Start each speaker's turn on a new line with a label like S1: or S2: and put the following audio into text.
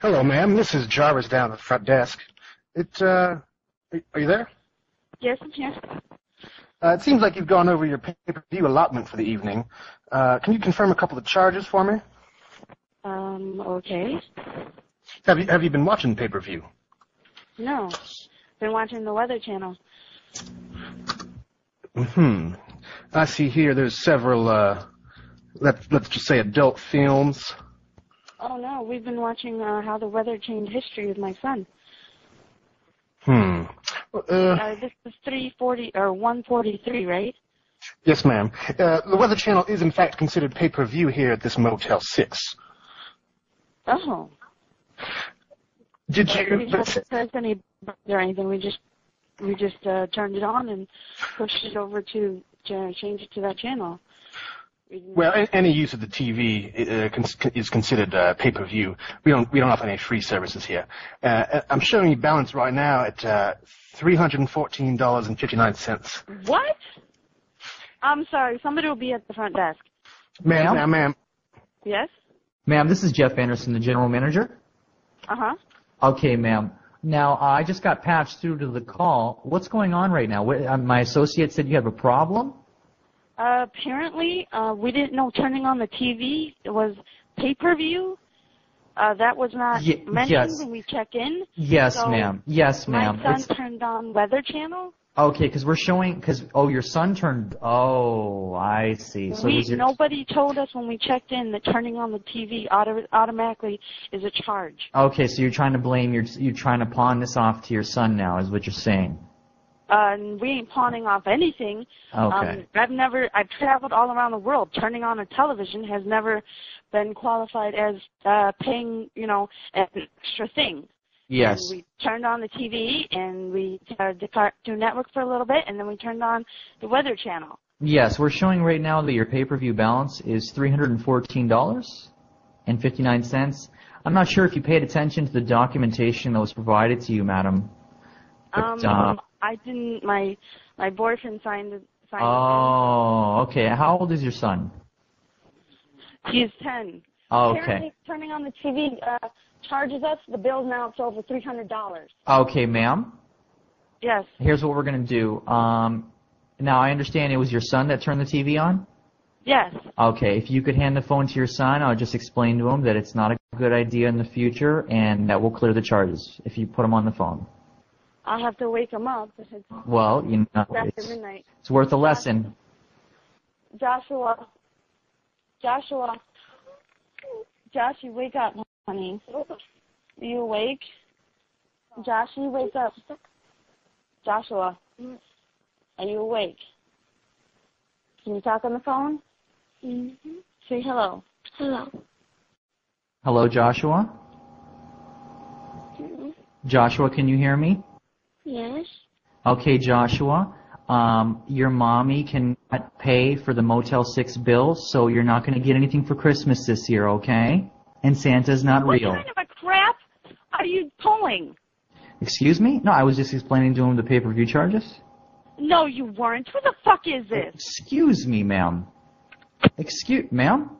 S1: Hello, ma'am. This is Jarvis down at the front desk. It, uh, are- are you there?
S2: Yes, I'm here.
S1: Uh, it seems like you've gone over your pay-per-view allotment for the evening. Uh, can you confirm a couple of charges for me?
S2: Um, okay.
S1: Have you, have you been watching pay-per-view?
S2: No. Been watching the Weather Channel.
S1: Hmm. I see here there's several, uh, let, let's just say adult films.
S2: Oh no, we've been watching uh, How the Weather Changed History with my son.
S1: Hmm. Uh,
S2: Uh, this is 340 or 143, right?
S1: yes, ma'am. Uh, the Weather Channel is in fact considered pay-per-view here at this Motel 6.
S2: Oh.
S1: Did
S2: We
S1: you,
S2: didn't have to press any buttons or anything. We just we just uh, turned it on and pushed it over to to change it to that channel. We didn't-
S1: Well, a- any use of the TV uh, cons- is considered uh, pay-per-view. We don't we don't offer any free services here. Uh, I'm showing you balance right now at uh, three hundred and fourteen dollars and fifty-nine cents.
S2: What? I'm sorry. Somebody will be at the front desk.
S1: Ma'am,
S3: Ma'am?
S1: now, ma'am,
S2: Yes.
S3: Ma'am, this is Jeff Anderson, the general manager.
S2: Uh huh.
S3: Okay, ma'am. Now, uh, I just got patched through to the call. What's going on right now? What, uh, my associate said you have a problem?
S2: Uh, apparently, uh, we didn't know turning on the TV was pay-per-view. Uh, that was not
S3: Ye-
S2: mentioned
S3: yes.
S2: when we check in.
S3: Yes,
S2: So,
S3: ma'am. Yes, ma'am.
S2: My son
S3: It's-
S2: turned on Weather Channel.
S3: okay, because we're showing, because, oh, your son turned, oh, I see. So it
S2: we,
S3: was your,
S2: nobody told us when we checked in that turning on the TV auto- automatically is a charge.
S3: okay, so you're trying to blame, your, you're trying to pawn this off to your son now, is what you're saying.
S2: Uh, and we ain't pawning off anything.
S3: Okay.
S2: Um, I've never, I've traveled all around the world. Turning on a television has never been qualified as uh, paying, you know, an extra thing.
S3: yes.
S2: And we turned on the TV and we uh, the Cartoon Network for a little bit, and then we turned on the Weather Channel.
S3: Yes, we're showing right now that your pay-per-view balance is $314.59. I'm not sure if you paid attention to the documentation that was provided to you, madam.
S2: Um,
S3: But, uh,
S2: I didn't. My my boyfriend signed it- signed.
S3: Oh, okay. How old is your son?
S2: it. He's ten.
S3: Okay.
S2: Apparently, turning on the TV uh, charges us the bill. Now it's over three hundred dollars.
S3: Okay, ma'am.
S2: Yes.
S3: Here's what we're going to do. Um, now, I understand it was your son that turned the TV on?
S2: Yes.
S3: Okay, if you could hand the phone to your son, I'll just explain to him that it's not a good idea in the future and that we'll clear the charges if you put him on the phone.
S2: I'll have to wake him up. It's
S3: Well, you know,
S2: after
S3: it's,
S2: midnight.
S3: it's worth a lesson.
S2: Joshua. Joshua. Josh, you wake up, honey. Are you awake? Josh, you wake up. Joshua. Are you awake? Can you talk on the phone?
S4: Mhm.
S2: Say hello.
S4: Hello.
S3: Hello, Joshua?
S4: Mhm.
S3: Joshua, can you hear me?
S4: Yes.
S3: Okay, Joshua. Um, your mommy cannot pay for the Motel 6 bill, so you're not going to get anything for Christmas this year, okay? And Santa's not
S2: What
S3: real.
S2: kind of a crap are you pulling?
S3: Excuse me? No, I was just explaining to him the pay-per-view charges.
S2: No, you weren't. Who the fuck is this?
S3: Excuse me, ma'am. Excuse, ma'am?